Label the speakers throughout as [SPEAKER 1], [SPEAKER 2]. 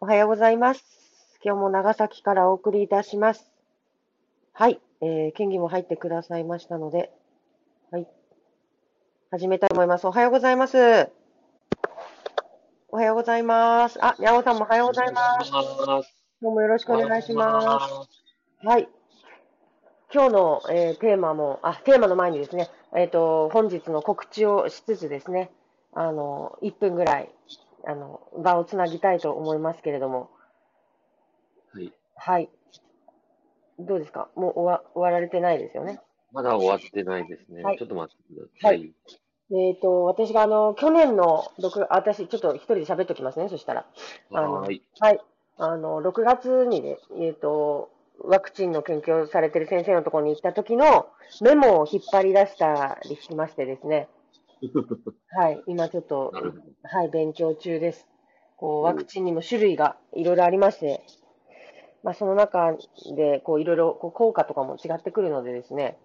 [SPEAKER 1] おはようございます。今日も長崎からお送りいたします。はい、えー、県議も入ってくださいましたので、はい、始めたいと思います。おはようございます。おはようございます。あ、にゃおさんもおはようございます。
[SPEAKER 2] す。
[SPEAKER 1] どうもよろしくお願いします。はい。今日の、えーテーマも、あ、テーマの前にですね、えっ、と、本日の告知をしつつですね、あの、1分ぐらい、あの、場をつなぎたいと思いますけれども、
[SPEAKER 2] はい。
[SPEAKER 1] はい。どうですかもう終わ終わられてないですよね。
[SPEAKER 2] まだ終わってないですね。
[SPEAKER 1] はい
[SPEAKER 2] ちょっと待ってください。はい。
[SPEAKER 1] えっ、と、私があの、去年の6、あ私、ちょっと一人で喋っときますね、そしたら。
[SPEAKER 2] はーい。
[SPEAKER 1] はい。あの、6月にね、えっ、と、ワクチンの研究をされてる先生のところに行った時のメモを引っ張り出したりしましてです ね。はい。今ちょっと
[SPEAKER 2] な、るほど。
[SPEAKER 1] はい、勉強中です。こう、ワクチンにも種類がいろいろありまして、まあ、その中で、こう、いろいろ、こう、効果とかも違ってくるのでですね、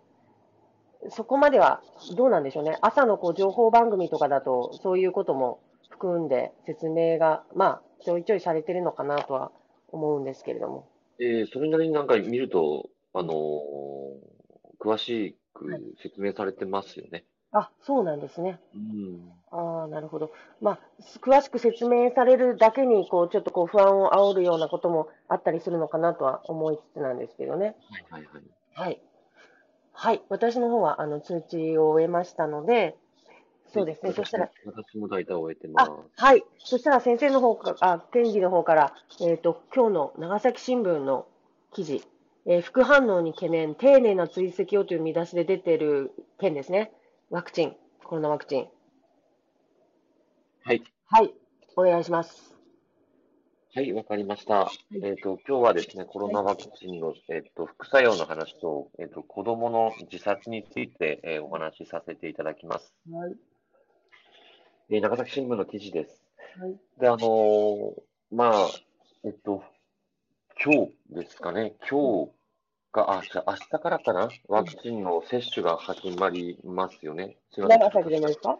[SPEAKER 1] そこまではどうなんでしょうね。朝のこう、情報番組とかだと、そういうことも含んで説明が、まあ、ちょいちょいされてるのかなとは思うんですけれども。
[SPEAKER 2] えーそれなりになんか見ると、あのー詳し
[SPEAKER 1] はい
[SPEAKER 2] く説明されてますよね。
[SPEAKER 1] あ、そうなんですね。
[SPEAKER 2] うん。
[SPEAKER 1] ああ、なるほど。まあ、詳しく説明されるだけに、こう、ちょっとこう、不安を煽るようなこともあったりするのかなとは思いつつなんですけどね。
[SPEAKER 2] はいはいはい。
[SPEAKER 1] はい。はい。私の方は、あの、通知を終えましたので、そうですね。
[SPEAKER 2] 私も
[SPEAKER 1] そしたら、。
[SPEAKER 2] 私も大体終えてま
[SPEAKER 1] あ
[SPEAKER 2] す。、
[SPEAKER 1] はい。そしたら先生の方から、あ、県議の方から、えっと、今日の長崎新聞の記事、えー副反応に懸念、丁寧な追跡をという見出しで出てる件ですね。ワクチン、コロナワクチン。
[SPEAKER 2] はい。
[SPEAKER 1] はい。お願いします。
[SPEAKER 2] はい、わかりました。えっと、今日はですね、コロナワクチンの、えっと、副作用の話と、えっと、子供の自殺について、えーお話しさせていただきます。
[SPEAKER 1] はい。
[SPEAKER 2] えー長崎新聞の記事です。
[SPEAKER 1] はい
[SPEAKER 2] で、あのーまあ、えっと、今日ですかね、今日が、あ、じゃあ明日からかな、ワクチンの接種が始まりますよね。すいません
[SPEAKER 1] 長崎でもですか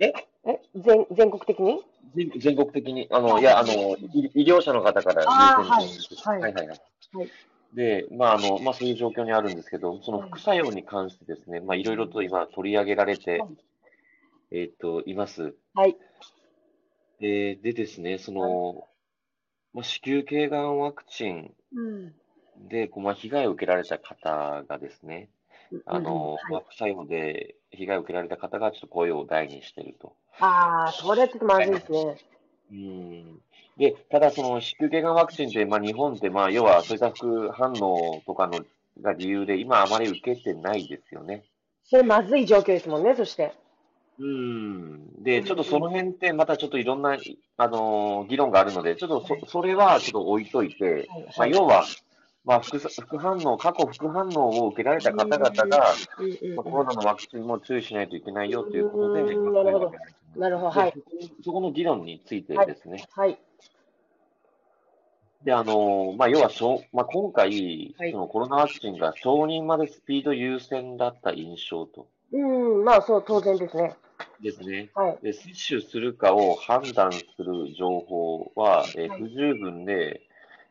[SPEAKER 2] え
[SPEAKER 1] え全全国的に
[SPEAKER 2] 全全国的に、あの、いや、あの、医医療者の方から
[SPEAKER 1] あー
[SPEAKER 2] 優先
[SPEAKER 1] はい
[SPEAKER 2] はいはい
[SPEAKER 1] は
[SPEAKER 2] はい
[SPEAKER 1] い
[SPEAKER 2] で、まあ、あの、まあ、そういう状況にあるんですけど、その副作用に関してですね、まあ、いろいろと今取り上げられて
[SPEAKER 1] はい、
[SPEAKER 2] えっと、います。
[SPEAKER 1] はい。
[SPEAKER 2] で、でですね、その、まあ、子宮頸がんワクチン
[SPEAKER 1] うん。
[SPEAKER 2] で、こうまあ、被害を受けられた方がですね、あの、
[SPEAKER 1] うん
[SPEAKER 2] ま
[SPEAKER 1] は
[SPEAKER 2] あ
[SPEAKER 1] い、
[SPEAKER 2] 副作用で被害を受けられた方がちょっと声を大にしてると。
[SPEAKER 1] ああ、それはちょっとまずいですね。
[SPEAKER 2] うん。で、ただその子宮頸がんワクチンって、まあ、日本って、まあ、要はそういった副反応とかのが理由で、今あまり受けてないですよね。
[SPEAKER 1] それまずい状況ですもんね、そして。
[SPEAKER 2] うん。で、ちょっとその辺って、またちょっといろんな、あの、議論があるので、ちょっとそ、それはちょっと置いといて、
[SPEAKER 1] はい
[SPEAKER 2] まあ、要は、まあ、副さ副反応、過去副反応を受けられた方々が、
[SPEAKER 1] うんうん
[SPEAKER 2] まあコロナのワクチンも注意しないといけないよということで、
[SPEAKER 1] うーん
[SPEAKER 2] まあ
[SPEAKER 1] なるほど
[SPEAKER 2] こういうわけなんですね
[SPEAKER 1] なるほど、はい
[SPEAKER 2] で。そこそこの議論についてですね、
[SPEAKER 1] はい。
[SPEAKER 2] であのまあ、要はしょう、まあ、今回、
[SPEAKER 1] はい
[SPEAKER 2] そのコロナワクチンが承認までスピード優先だった印象と
[SPEAKER 1] うん、まあそう、当然ですね。
[SPEAKER 2] ですね。
[SPEAKER 1] はい。
[SPEAKER 2] で接種するかを判断する情報は、えー
[SPEAKER 1] はい
[SPEAKER 2] 不十分で、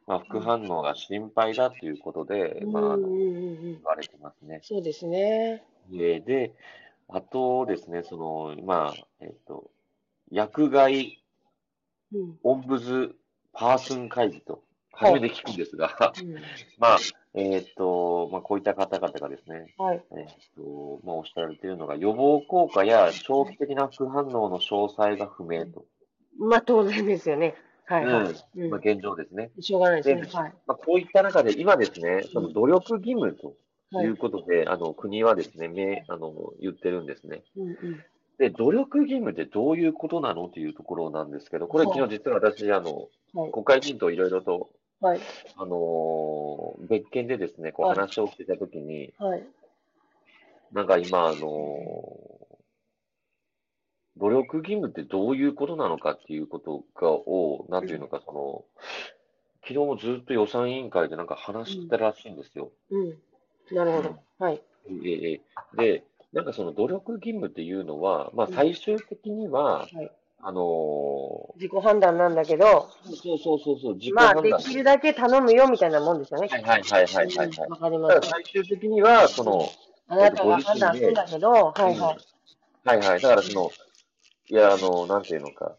[SPEAKER 2] まあ、副反応が心配だということで、
[SPEAKER 1] うん
[SPEAKER 2] ま
[SPEAKER 1] う
[SPEAKER 2] あ、あの
[SPEAKER 1] んうんうん
[SPEAKER 2] 言われてますね。
[SPEAKER 1] そうですね。
[SPEAKER 2] えーで、あとですね、その、まあ、えっと、薬害
[SPEAKER 1] うん。
[SPEAKER 2] オンブズパーソン会議と、
[SPEAKER 1] はい
[SPEAKER 2] 初めて聞くんですが、
[SPEAKER 1] うん
[SPEAKER 2] まあ、えーっと、まあ、こういった方々がですね、
[SPEAKER 1] はい。
[SPEAKER 2] えーっと、まあ、おっしゃられているのが、予防効果や長期的な副反応の詳細が不明と。
[SPEAKER 1] まあ当然ですよね。はい。は
[SPEAKER 2] う
[SPEAKER 1] いうん
[SPEAKER 2] ん。まあ、現状ですね。
[SPEAKER 1] しょうがないですね。
[SPEAKER 2] で
[SPEAKER 1] はい。
[SPEAKER 2] まあ、こういった中で、今ですね、その努力義務と
[SPEAKER 1] はいい。
[SPEAKER 2] うことで、あの、国はですね、め、あの、言ってるんですね。
[SPEAKER 1] うんうん
[SPEAKER 2] で、努力義務ってどういうことなのというところなんですけど、これ
[SPEAKER 1] はい
[SPEAKER 2] 昨日実は私、あの、
[SPEAKER 1] はい
[SPEAKER 2] 国会議員といろいろと、
[SPEAKER 1] はい。
[SPEAKER 2] あのー別件でですね、こう
[SPEAKER 1] はい
[SPEAKER 2] 話をしてたときに、
[SPEAKER 1] はい。
[SPEAKER 2] なんか今、あのー努力義務ってどういうことなのかっていうことがを、なんていうのか、その、昨日もずっと予算委員会でなんか話してたらしいんですよ。
[SPEAKER 1] うん。なるほど。はい。
[SPEAKER 2] ええで、なんかその努力義務っていうのは、まあ
[SPEAKER 1] うん
[SPEAKER 2] 最終的には、
[SPEAKER 1] はい
[SPEAKER 2] あのー
[SPEAKER 1] 自己判断なんだけど、
[SPEAKER 2] そうそうそうそう、自己
[SPEAKER 1] ま
[SPEAKER 2] 判
[SPEAKER 1] あ、
[SPEAKER 2] 断
[SPEAKER 1] できるだけ頼むよみたいなもんですよね。
[SPEAKER 2] はいはいはいはいはいはい
[SPEAKER 1] うんわかり
[SPEAKER 2] だ
[SPEAKER 1] ま
[SPEAKER 2] から
[SPEAKER 1] す。
[SPEAKER 2] 最終的には、その、
[SPEAKER 1] あなたが判断するんだけど、はいはい。
[SPEAKER 2] はいはい。だからその、いや、あの、なんていうのか。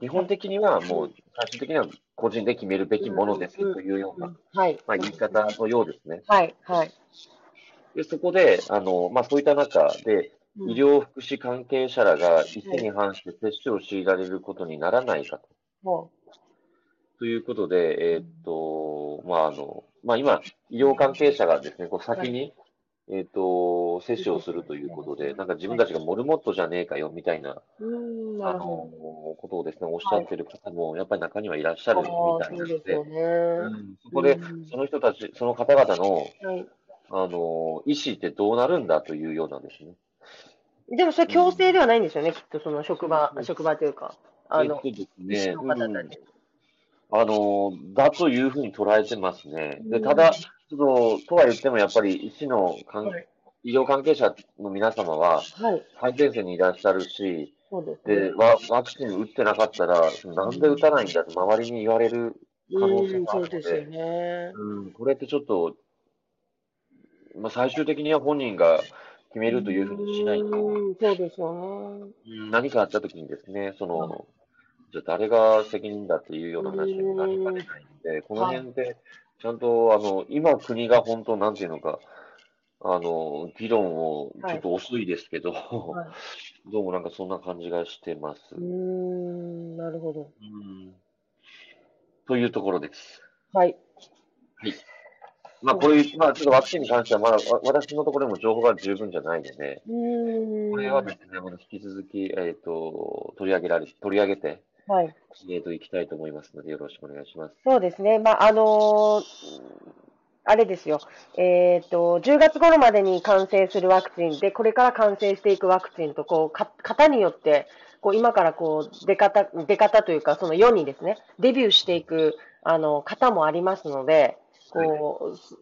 [SPEAKER 2] 基本的にはもう、最終的には個人で決めるべきものです
[SPEAKER 1] うん
[SPEAKER 2] というよう
[SPEAKER 1] う
[SPEAKER 2] な、
[SPEAKER 1] んはい。
[SPEAKER 2] まあ、言い方のようですね。
[SPEAKER 1] はいはい。
[SPEAKER 2] でそこで、あの、まあ、そういった中で、
[SPEAKER 1] うん
[SPEAKER 2] 医療福祉関係者らが一斉に反して接種を強いられることにならないかと。
[SPEAKER 1] ほ
[SPEAKER 2] ということで、えーっと、まあ、あの、まあ、今、医療関係者がですね、こう先に、えーっと、接種をするということで、なんか自分たちがモルモットじゃねえかよ、みたいな、
[SPEAKER 1] ううーん、な
[SPEAKER 2] あ
[SPEAKER 1] る
[SPEAKER 2] の、
[SPEAKER 1] ほ
[SPEAKER 2] ことをですね、おっしゃってる方も、やっぱり中にはいらっしゃ
[SPEAKER 1] ど。
[SPEAKER 2] るみ
[SPEAKER 1] あ
[SPEAKER 2] た
[SPEAKER 1] あ、
[SPEAKER 2] い
[SPEAKER 1] そ
[SPEAKER 2] な
[SPEAKER 1] う
[SPEAKER 2] の
[SPEAKER 1] ですよ
[SPEAKER 2] で、
[SPEAKER 1] ね。
[SPEAKER 2] うんそこで、
[SPEAKER 1] うん
[SPEAKER 2] その人たち、その方々の、
[SPEAKER 1] はい。
[SPEAKER 2] あの、意思ってどうなるんだというようなですね。
[SPEAKER 1] でもそれ強制ではないんですよね、きっとその職場
[SPEAKER 2] う、ん
[SPEAKER 1] 職場というか、あの、
[SPEAKER 2] えっとです
[SPEAKER 1] 医師
[SPEAKER 2] ね、
[SPEAKER 1] の方たち。
[SPEAKER 2] うんあの、だというふうに捉えてますね。
[SPEAKER 1] う
[SPEAKER 2] で、
[SPEAKER 1] ん
[SPEAKER 2] ただ、その、とは言っても、やっぱり医師の関
[SPEAKER 1] はい
[SPEAKER 2] 医療関係者の皆様は
[SPEAKER 1] はい、
[SPEAKER 2] 最前線にいらっしゃるし、
[SPEAKER 1] そうですね
[SPEAKER 2] で、ワワクチン打ってなかったら、なんで打たないんだって周りに言われる、可能性
[SPEAKER 1] うん、
[SPEAKER 2] があ
[SPEAKER 1] そ
[SPEAKER 2] る
[SPEAKER 1] う
[SPEAKER 2] ので
[SPEAKER 1] ですよね。
[SPEAKER 2] うん、これってちょっと、まあ、最終的には本人が決めるというふうにしないと、
[SPEAKER 1] うん、そうですよね。
[SPEAKER 2] 何かあった時にですね、その、じゃあ誰が責任だっていうような話になりかねないので、この辺で、ちゃんと、あの、今国が本当、なんていうのか、あの、議論を、ちょっと遅いですけど、
[SPEAKER 1] は
[SPEAKER 2] どうもなんかそんな感じがしてます。
[SPEAKER 1] い、うーん、なるほど。
[SPEAKER 2] うんというところです。
[SPEAKER 1] はい、
[SPEAKER 2] まあ、こういう、まあ、ちょっとワクチンに関しては、まだわ私のところにも情報が十分じゃないので、
[SPEAKER 1] うーん、
[SPEAKER 2] これはですね、まだ引き続き、えっ、と、取り上げられ、取り上げて、
[SPEAKER 1] はい、
[SPEAKER 2] えっ、と、いきたいと思いますので、よろしくお願いします。
[SPEAKER 1] そうですね、まあ、あのーあれですよ、えっと、10月頃までに完成するワクチンで、これから完成していくワクチンと、こう、か型によって、こう今からこう出方、出方というか、その世にですね、デビューしていくあの方もありますので、こう、す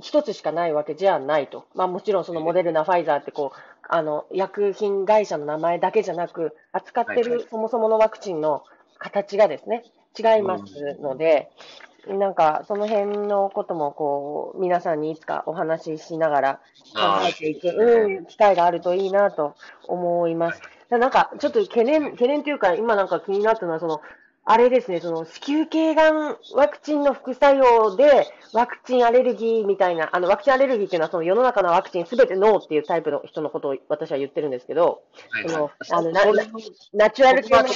[SPEAKER 1] 一つしかないわけじゃないと。まあもちろんそのモデルナ、ファイザーってこう、あの、薬品会社の名前だけじゃなく、扱って
[SPEAKER 2] はいは
[SPEAKER 1] るそもそものワクチンの形がですね、違いますので、なんかその辺のこともこう、皆さんにいつかお話ししながら考えていく、
[SPEAKER 2] あーそうですね
[SPEAKER 1] うん、機会があるといいなと思います。なんか、ちょっと懸念、懸念というか、今なんか気になったのは、その、あれですね、その、子宮頸がんワクチンの副作用で、ワクチンアレルギーみたいな、あの、ワクチンアレルギーっていうのは、その世の中のワクチンすべてノーっていうタイプの人のことを私は言ってるんですけど、
[SPEAKER 2] はい
[SPEAKER 1] その、
[SPEAKER 2] そ
[SPEAKER 1] あの、な
[SPEAKER 2] これ
[SPEAKER 1] なナチュラル系の、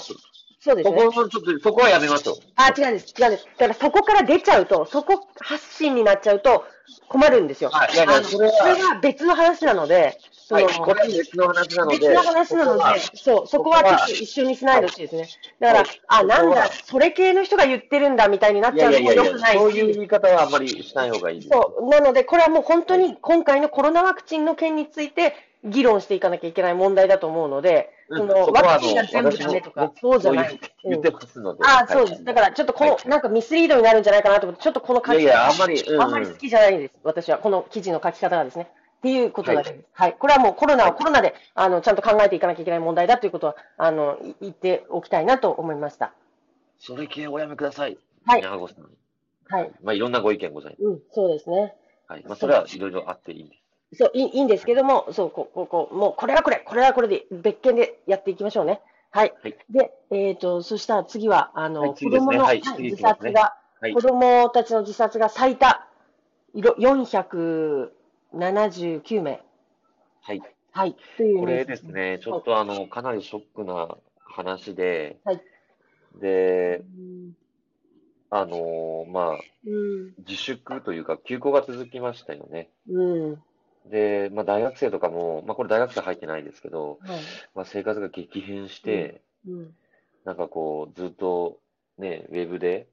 [SPEAKER 1] そうです
[SPEAKER 2] こ
[SPEAKER 1] ね。
[SPEAKER 2] こはちょっと、そこはやめましょう。
[SPEAKER 1] あ、違うんです、違うんです。だからそこから出ちゃうと、そこ発信になっちゃうと困るんですよ。
[SPEAKER 2] はい、いやいや、それは、
[SPEAKER 1] それが別の話なので、そ
[SPEAKER 2] はい、
[SPEAKER 1] の、
[SPEAKER 2] これは別の話なので、
[SPEAKER 1] 別の話なの
[SPEAKER 2] ここは
[SPEAKER 1] で、そう、そこは
[SPEAKER 2] ここは
[SPEAKER 1] ちょっと一緒にしないでほしいですね。だから、あ、
[SPEAKER 2] ここは
[SPEAKER 1] なんだ、それ系の人が言ってるんだみたいになっ
[SPEAKER 2] い
[SPEAKER 1] ちゃ
[SPEAKER 2] や
[SPEAKER 1] う
[SPEAKER 2] いや
[SPEAKER 1] のも良
[SPEAKER 2] いやい
[SPEAKER 1] く
[SPEAKER 2] や、
[SPEAKER 1] ない
[SPEAKER 2] そうい
[SPEAKER 1] し。
[SPEAKER 2] う言い方はあんまりしない方がいいです。
[SPEAKER 1] そう、なので、これはもう本当に今回のコロナワクチンの件について議論していかなきゃいけない問題だと思うので、そ
[SPEAKER 2] うんそ
[SPEAKER 1] の
[SPEAKER 2] こは
[SPEAKER 1] ワクチンが全部ダメと
[SPEAKER 2] あ
[SPEAKER 1] か
[SPEAKER 2] の、
[SPEAKER 1] そうじゃない。
[SPEAKER 2] 言ってますので。
[SPEAKER 1] ああ、そうです。だから、ちょっとこの、
[SPEAKER 2] はい
[SPEAKER 1] なんかミスリードになるんじゃないかなと思って、ちょっとこの書
[SPEAKER 2] いやい
[SPEAKER 1] き
[SPEAKER 2] や、
[SPEAKER 1] 方
[SPEAKER 2] あんまり、うん、
[SPEAKER 1] あんまり好きじゃないです、私は、この記事の書き方がですね。っていうことだけです。はい、これはもうコロナはコロナで、あの、ちゃんと考えていかなきゃいけない問題だということは、あの、い言っておきたいなと思いました。
[SPEAKER 2] それ系おやめください。
[SPEAKER 1] はい
[SPEAKER 2] 長子さん。
[SPEAKER 1] はい。
[SPEAKER 2] まあ、いろんなご意見ございます。
[SPEAKER 1] うん、そうですね。
[SPEAKER 2] はい。まあ、それはいろいろあっていいです。
[SPEAKER 1] そう、いいいいんですけども、そう、ここ、こうもう、これはこれ、これはこれで、別件でやっていきましょうね。はい。
[SPEAKER 2] はい
[SPEAKER 1] で、えっ、と、そしたら次は、あの、
[SPEAKER 2] はい
[SPEAKER 1] 子
[SPEAKER 2] 次ですね
[SPEAKER 1] 供の、
[SPEAKER 2] はい
[SPEAKER 1] はい
[SPEAKER 2] 次い
[SPEAKER 1] 自
[SPEAKER 2] きます
[SPEAKER 1] 殺
[SPEAKER 2] ね
[SPEAKER 1] が、
[SPEAKER 2] はい
[SPEAKER 1] 子。供たちの自殺が最多、いろ479名。
[SPEAKER 2] はい。
[SPEAKER 1] はい。というニュース
[SPEAKER 2] これですね、ちょっとあの、かなりショックな話で、
[SPEAKER 1] はい
[SPEAKER 2] で、
[SPEAKER 1] うん
[SPEAKER 2] あのーまあ、
[SPEAKER 1] うん。
[SPEAKER 2] 自粛というか、休校が続きましたよね。
[SPEAKER 1] うん。
[SPEAKER 2] で、まあ、大学生とかも、まあ、これ大学生入ってないですけど、
[SPEAKER 1] はい。
[SPEAKER 2] まあ、生活が激変して、
[SPEAKER 1] うん。
[SPEAKER 2] なんかこう、ずっと、ね、ウェブで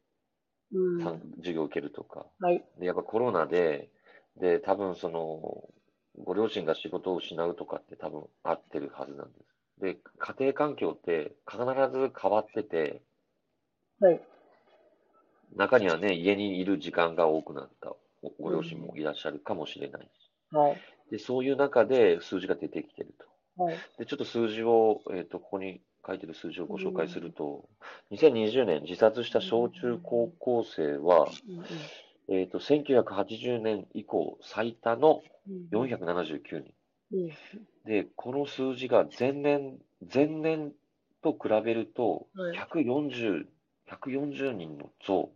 [SPEAKER 1] うん。
[SPEAKER 2] さん授業を受けるとか、
[SPEAKER 1] はい。
[SPEAKER 2] で、やっぱコロナで、で、多分その、ご両親が仕事を失うとかって多分あってるはずなんです。で、家庭環境って必ず変わってて、
[SPEAKER 1] はい。
[SPEAKER 2] 中にはね、家にいる時間が多くなったごご両親もいらっしゃるかもしれないし。
[SPEAKER 1] はい。
[SPEAKER 2] で、そういう中で数字が出てきてると。
[SPEAKER 1] はい。
[SPEAKER 2] で、ちょっと数字を、えっと、ここに書いてる数字をご紹介すると、2020年自殺した小中高校生は、
[SPEAKER 1] うん
[SPEAKER 2] えっと、1980年以降最多の
[SPEAKER 1] うん
[SPEAKER 2] 479人。
[SPEAKER 1] うん
[SPEAKER 2] で、この数字が前年、前年と比べると、
[SPEAKER 1] はい
[SPEAKER 2] 140、140人の増、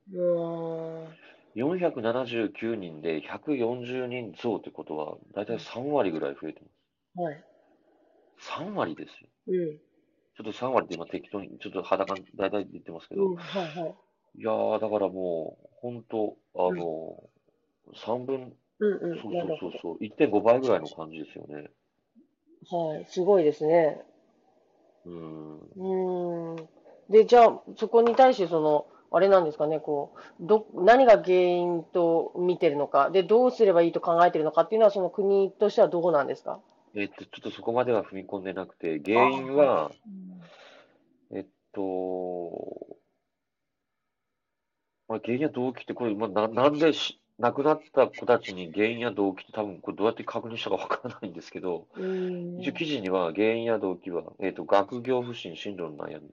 [SPEAKER 1] う
[SPEAKER 2] 479人で140人増ってことは、だいたい3割ぐらい増えてま
[SPEAKER 1] んはい。
[SPEAKER 2] す。3割ですよ。
[SPEAKER 1] うん。
[SPEAKER 2] ちょっと3割って今適当に、ちょっと裸、だいたい言ってますけ
[SPEAKER 1] う
[SPEAKER 2] ど
[SPEAKER 1] ん、、はいはい。
[SPEAKER 2] いやー、だからもう、本当あの、3分、
[SPEAKER 1] うん
[SPEAKER 2] そう
[SPEAKER 1] うん。な
[SPEAKER 2] そ
[SPEAKER 1] る
[SPEAKER 2] うそ
[SPEAKER 1] ほ
[SPEAKER 2] うそう、1.5倍ぐらいの感じですよね。
[SPEAKER 1] ど。はい。すごいですね。
[SPEAKER 2] うん。
[SPEAKER 1] うーん。で、じゃあ、そこに対して、その、あれなんですかね、こう、ど、何が原因と見てるのか、で、どうすればいいと考えてるのかっていうのは、その国としてはどうなんですか
[SPEAKER 2] えっと、ちょっとそこまでは踏み込んでなくて、原因は、えっと、まあ、原因や動機って、これ、まあ、な、なんでし亡くなった子たちに原因や動機って多分これどうやって確認したかわからないんですけど、
[SPEAKER 1] うーん。
[SPEAKER 2] 一応記事には原因や動機は、えっと、学業不振、進路の悩み、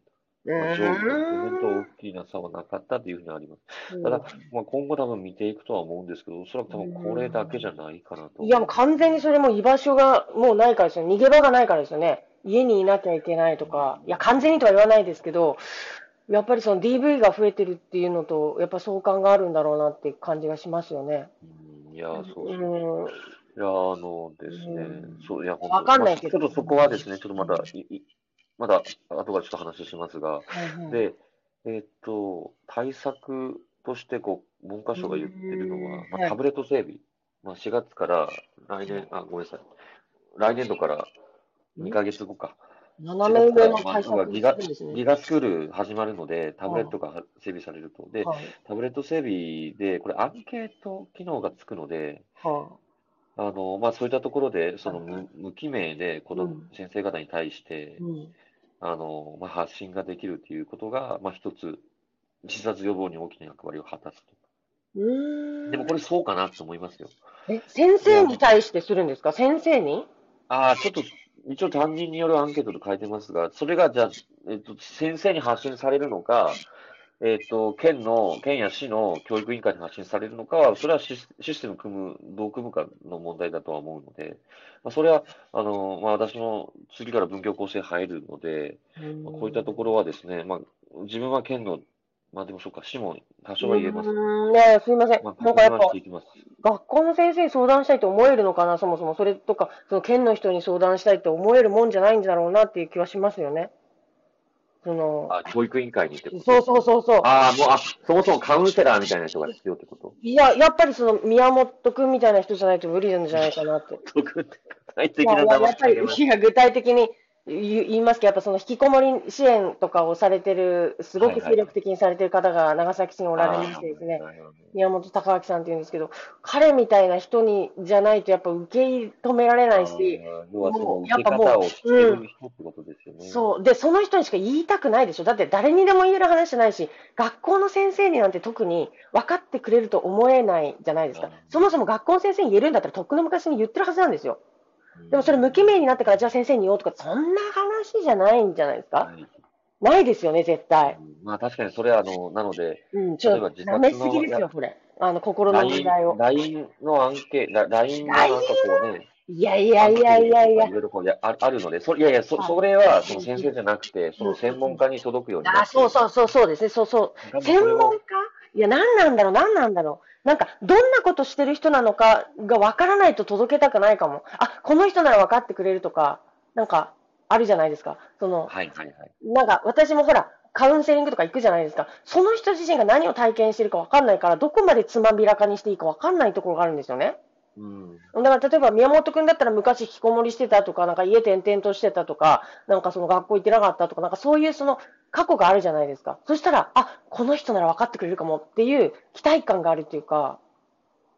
[SPEAKER 1] う
[SPEAKER 2] まあ、上下、部分と
[SPEAKER 1] ーん
[SPEAKER 2] 大きな差はなかったというふうにあります。ただ、まあ、今後多分見ていくとは思うんですけど、おそらく多分これだけじゃないかなと。
[SPEAKER 1] いや、もう完全にそれもう居場所がもうないからですよね。逃げ場がないからですよね。家にいなきゃいけないとか、いや、完全にとは言わないですけど、やっぱりその DV が増えてるっていうのと、やっぱ相関があるんだろうなって感じがしますよね。
[SPEAKER 2] うんいや、そうそうう。
[SPEAKER 1] ん。
[SPEAKER 2] いや、あのですね、
[SPEAKER 1] うん
[SPEAKER 2] そう、いや、本
[SPEAKER 1] わかんない
[SPEAKER 2] まあ
[SPEAKER 1] け
[SPEAKER 2] ち
[SPEAKER 1] ど
[SPEAKER 2] ょっとそこはですね、ちょっとまだ、いいまだ、後がちょっと話しますが、
[SPEAKER 1] はいはい、
[SPEAKER 2] で、えっと、対策として、こう、文科省が言ってるのは、
[SPEAKER 1] うん
[SPEAKER 2] ま
[SPEAKER 1] は
[SPEAKER 2] あ、
[SPEAKER 1] い
[SPEAKER 2] タブレット整備、まあ、4月から来年、あ、ごめんなさい、来年度から2ヶ月後か、
[SPEAKER 1] 斜め上の
[SPEAKER 2] まあ
[SPEAKER 1] 対策
[SPEAKER 2] 要はギガ
[SPEAKER 1] をするんですね。
[SPEAKER 2] ギガスクール始まるので、タブレットが整備されると、で、
[SPEAKER 1] はい
[SPEAKER 2] タブレット整備で、これ、アンケート機能がつくので、
[SPEAKER 1] は
[SPEAKER 2] あの、まあ、そういったところで、その
[SPEAKER 1] は
[SPEAKER 2] 無、無記名で子供、
[SPEAKER 1] うん
[SPEAKER 2] 先生方に対して
[SPEAKER 1] い、うん
[SPEAKER 2] あの、まあ、発信ができるということが、まあ、一つ、自殺予防に大きな役割を果たす
[SPEAKER 1] うーん
[SPEAKER 2] と。でもこれそうかなと思いますよ。
[SPEAKER 1] え先生に対してするんですか先生に
[SPEAKER 2] ああ、ちょっと、一応担任によるアンケートと書いてますが、それがじゃあ、えっと、先生に発信されるのか、えっと、県の、県や市の教育委員会に発信されるのかは、それはシス、システム組む、どう組むかの問題だとは思うので、まあ、それは、あの、まあ、私も次から文教構成入るので、まあこういったところはですね、まあ、自分は県の、まあ、でもそうか、市も多少は言えます。
[SPEAKER 1] うーんねえすいません。
[SPEAKER 2] まあ、
[SPEAKER 1] なんかやっぱ
[SPEAKER 2] 確認はしていきます。
[SPEAKER 1] 学校の先生に相談したいと思えるのかな、そもそも。それとか、その県の人に相談したいと思えるもんじゃないんだろうなっていう気はしますよね。その、
[SPEAKER 2] あ、教育委員会にってこと
[SPEAKER 1] そうそうそうそう。
[SPEAKER 2] ああ、もう、あ、そもそもカウンセラーみたいな人が必要ってこと
[SPEAKER 1] いや、やっぱりその宮本くんみたいな人じゃないと無理なんじゃないかなって。
[SPEAKER 2] 特具体
[SPEAKER 1] い
[SPEAKER 2] 的
[SPEAKER 1] や
[SPEAKER 2] ない
[SPEAKER 1] ややっぱり、
[SPEAKER 2] 名前
[SPEAKER 1] いや、具体的に言い言いますけど、やっぱその引きこもり支援とかをされてる、すごく精力的にされてる方が長崎市におられましてですね。
[SPEAKER 2] あーなるほど
[SPEAKER 1] 宮本隆明さんっていうんですけど、彼みたいな人にじゃないとやっぱ受け止められないし、
[SPEAKER 2] あー要はその
[SPEAKER 1] もう
[SPEAKER 2] 受
[SPEAKER 1] やっ
[SPEAKER 2] け
[SPEAKER 1] ぱもう
[SPEAKER 2] 方を知ってる人ってことですよね。
[SPEAKER 1] そう。で、その人にしか言いたくないでしょ。だって誰にでも言える話じゃないし、学校の先生になんて特に分かってくれると思えないじゃないです
[SPEAKER 2] う
[SPEAKER 1] か
[SPEAKER 2] ん。
[SPEAKER 1] そもそも学校の先生に言えるんだったらとっくの昔に言ってるはずなんですよ。
[SPEAKER 2] うん
[SPEAKER 1] でもそれ無記名になってからじゃあ先生に言おうとか、そんな話じゃないんじゃないですか。
[SPEAKER 2] はい
[SPEAKER 1] ないですよね、絶対。
[SPEAKER 2] まあ確かにそれはあの、なので、
[SPEAKER 1] うん、ちょっと
[SPEAKER 2] 例えば自殺の
[SPEAKER 1] 舐めすぎですよ、これ。あの、心の問題
[SPEAKER 2] LINE
[SPEAKER 1] を。
[SPEAKER 2] LINE のアンケート、LINE のなんかこうね、
[SPEAKER 1] いやいやいやいやいや
[SPEAKER 2] い。ろいろこうやああるので、そいやいや、そそれはその先生じゃなくて、その専門家に届くようになって
[SPEAKER 1] あ、そうそうそうそうですね、そうそう。
[SPEAKER 2] 多分それ
[SPEAKER 1] 専
[SPEAKER 2] を
[SPEAKER 1] 門家いや、何なんだろう、何なんだろう。なんか、どんなことしてる人なのかが分からないと届けたくないかも。あ、この人なら分かってくれるとか、なんか、あるじゃないですか。その、
[SPEAKER 2] はいはいはい。
[SPEAKER 1] なんか、私もほら、カウンセリングとか行くじゃないですか。その人自身が何を体験してるか分かんないから、どこまでつまびらかにしていいか分かんないところがあるんですよね。
[SPEAKER 2] うん。
[SPEAKER 1] だから例えば宮本君だったら昔引きこもりしてたとか、なんか家転々としてたとか、なんかその学校行ってなかったとか、なんかそういうその過去があるじゃないですか。そしたら、あ、この人なら分かってくれるかもっていう期待感があるっていうか、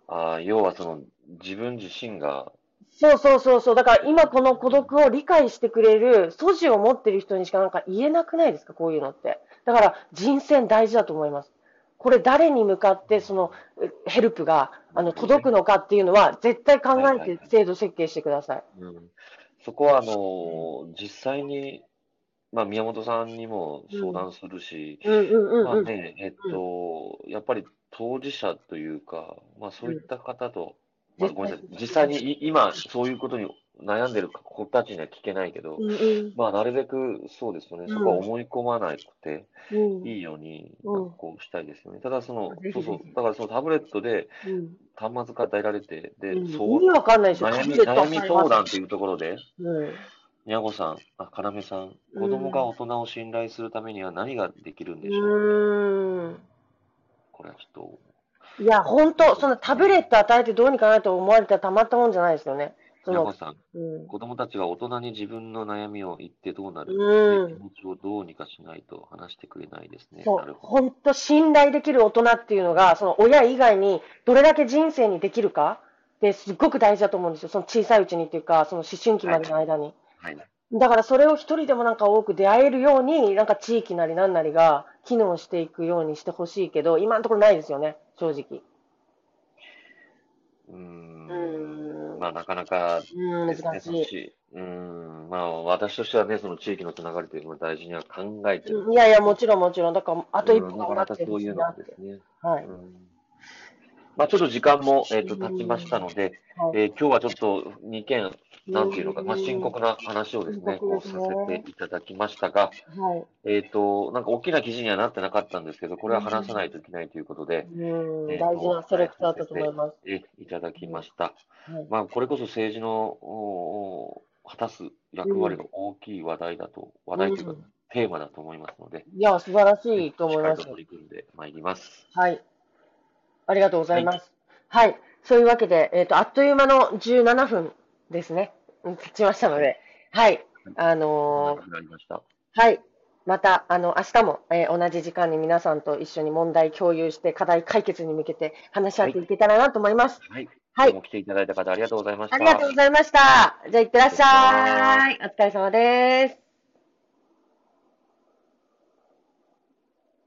[SPEAKER 2] ああ、要はその、自分自身が、
[SPEAKER 1] そうそうそうそう、だから今この孤独を理解してくれる素地を持ってる人にしかなんか言えなくないですか、こういうのって。だから人選大事だと思います。これ誰に向かってそのえヘルプがあの届くのかっていうのは絶対考えて制度設計してください。
[SPEAKER 2] うん、そこはあの、実際にまあ、宮本さんにも相談するし、
[SPEAKER 1] うんうんうん
[SPEAKER 2] ま
[SPEAKER 1] う
[SPEAKER 2] あ
[SPEAKER 1] ん。
[SPEAKER 2] ね、えっと、やっぱり当事者というか、まあそういった方と、
[SPEAKER 1] うん
[SPEAKER 2] まあごめんなさい、実際にい今、そういうことに悩んでる子たちには聞けないけど、
[SPEAKER 1] うんうん
[SPEAKER 2] まあなるべくそうですよね、
[SPEAKER 1] うん
[SPEAKER 2] そこは思い込まなくて、
[SPEAKER 1] うん
[SPEAKER 2] いいように、
[SPEAKER 1] うん
[SPEAKER 2] なんかこうしたいですよね。ただその
[SPEAKER 1] ぜひぜ、ひ
[SPEAKER 2] そうそう、だからそのタブレットで
[SPEAKER 1] うん
[SPEAKER 2] 端末から与えられて、で、
[SPEAKER 1] うん
[SPEAKER 2] そう
[SPEAKER 1] 意味わかんないでしょ。
[SPEAKER 2] 悩み、
[SPEAKER 1] タブレ
[SPEAKER 2] 悩
[SPEAKER 1] ット与え
[SPEAKER 2] み
[SPEAKER 1] ます
[SPEAKER 2] 相談というところで、
[SPEAKER 1] うん
[SPEAKER 2] 宮子さん、あ、かなめさん、
[SPEAKER 1] うん
[SPEAKER 2] 子供が大人を信頼するためには何ができるんでしょう、
[SPEAKER 1] うーん。
[SPEAKER 2] これはちょっ
[SPEAKER 1] いや、本当そのタブレット与えてどうにかなると思われたらたまったもんじゃないですよね。そ
[SPEAKER 2] と、宮子
[SPEAKER 1] の、
[SPEAKER 2] さん、
[SPEAKER 1] うん。
[SPEAKER 2] 子供たちが大人に自分の悩みを言ってどうなる
[SPEAKER 1] うん
[SPEAKER 2] っていう気持ちをどうにかしないと話してくれないですね。
[SPEAKER 1] そ
[SPEAKER 2] なる
[SPEAKER 1] う、
[SPEAKER 2] ほど。
[SPEAKER 1] 本当信頼できる大人っていうのが、その親以外にどれだけ人生にできるかってすっごく大事だと思うんですよ。その小さいうちにっていうか、その思春期までの間に。
[SPEAKER 2] はい。
[SPEAKER 1] だからそれを一人でもなんか多く出会えるように、なんか地域なりなんなりが機能していくようにしてほしいけど、今のところないですよね、正直。
[SPEAKER 2] う
[SPEAKER 1] う
[SPEAKER 2] ー
[SPEAKER 1] ん
[SPEAKER 2] ん。まあ、なかなか
[SPEAKER 1] うん、
[SPEAKER 2] で
[SPEAKER 1] 難
[SPEAKER 2] すね、
[SPEAKER 1] しい。
[SPEAKER 2] その地うーん。まあ、私としてはね、その地域のつながりというのを大事には考えてる。
[SPEAKER 1] いやいや、もちろんもちろん。だから、あと一歩
[SPEAKER 2] うん
[SPEAKER 1] 頑
[SPEAKER 2] なか
[SPEAKER 1] 張
[SPEAKER 2] な
[SPEAKER 1] っ
[SPEAKER 2] か
[SPEAKER 1] て
[SPEAKER 2] そ
[SPEAKER 1] ほ
[SPEAKER 2] う
[SPEAKER 1] しい
[SPEAKER 2] いうの
[SPEAKER 1] な
[SPEAKER 2] は
[SPEAKER 1] って。
[SPEAKER 2] ですね。
[SPEAKER 1] はい。
[SPEAKER 2] うんまあ、ちょっと時間も、えっと、経ちましたので、
[SPEAKER 1] はい
[SPEAKER 2] えー今日はちょっと2件、なんていうのか、まあ、深刻な話をです
[SPEAKER 1] 深
[SPEAKER 2] ね、
[SPEAKER 1] 刻で
[SPEAKER 2] こう
[SPEAKER 1] す
[SPEAKER 2] さ
[SPEAKER 1] ね
[SPEAKER 2] せていただきましたが、
[SPEAKER 1] はい。
[SPEAKER 2] えっ、と、なんか大きな記事にはなってなかったんですけど、これは話さないといけないということで、
[SPEAKER 1] うん、
[SPEAKER 2] えーと
[SPEAKER 1] 大事なセレクトだったと思います。
[SPEAKER 2] えいただきました。
[SPEAKER 1] はい
[SPEAKER 2] まあ、これこそ政治のおお果たす役割が大きい話題だと、話題というか、テーマだと思いますので、
[SPEAKER 1] いや、素晴らし
[SPEAKER 2] し
[SPEAKER 1] いと思いま
[SPEAKER 2] っかり
[SPEAKER 1] す
[SPEAKER 2] と。取り組んでまいります。
[SPEAKER 1] はい。ありがとうございます。はい。そういうわけで、えっ、と、あっという間の17分ですね。うん経ちましたので。はい。あのー
[SPEAKER 2] 長くなりました。
[SPEAKER 1] はい。また、あの、明日も、えー同じ時間に皆さんと一緒に問題共有して、課題解決に向けて話し合っていけたらなと思います。
[SPEAKER 2] はい。
[SPEAKER 1] はい
[SPEAKER 2] 今日も来ていただいた方、ありがとうございました。
[SPEAKER 1] ありがとうございました。じゃあ、いってらっしゃい。お疲れ様です。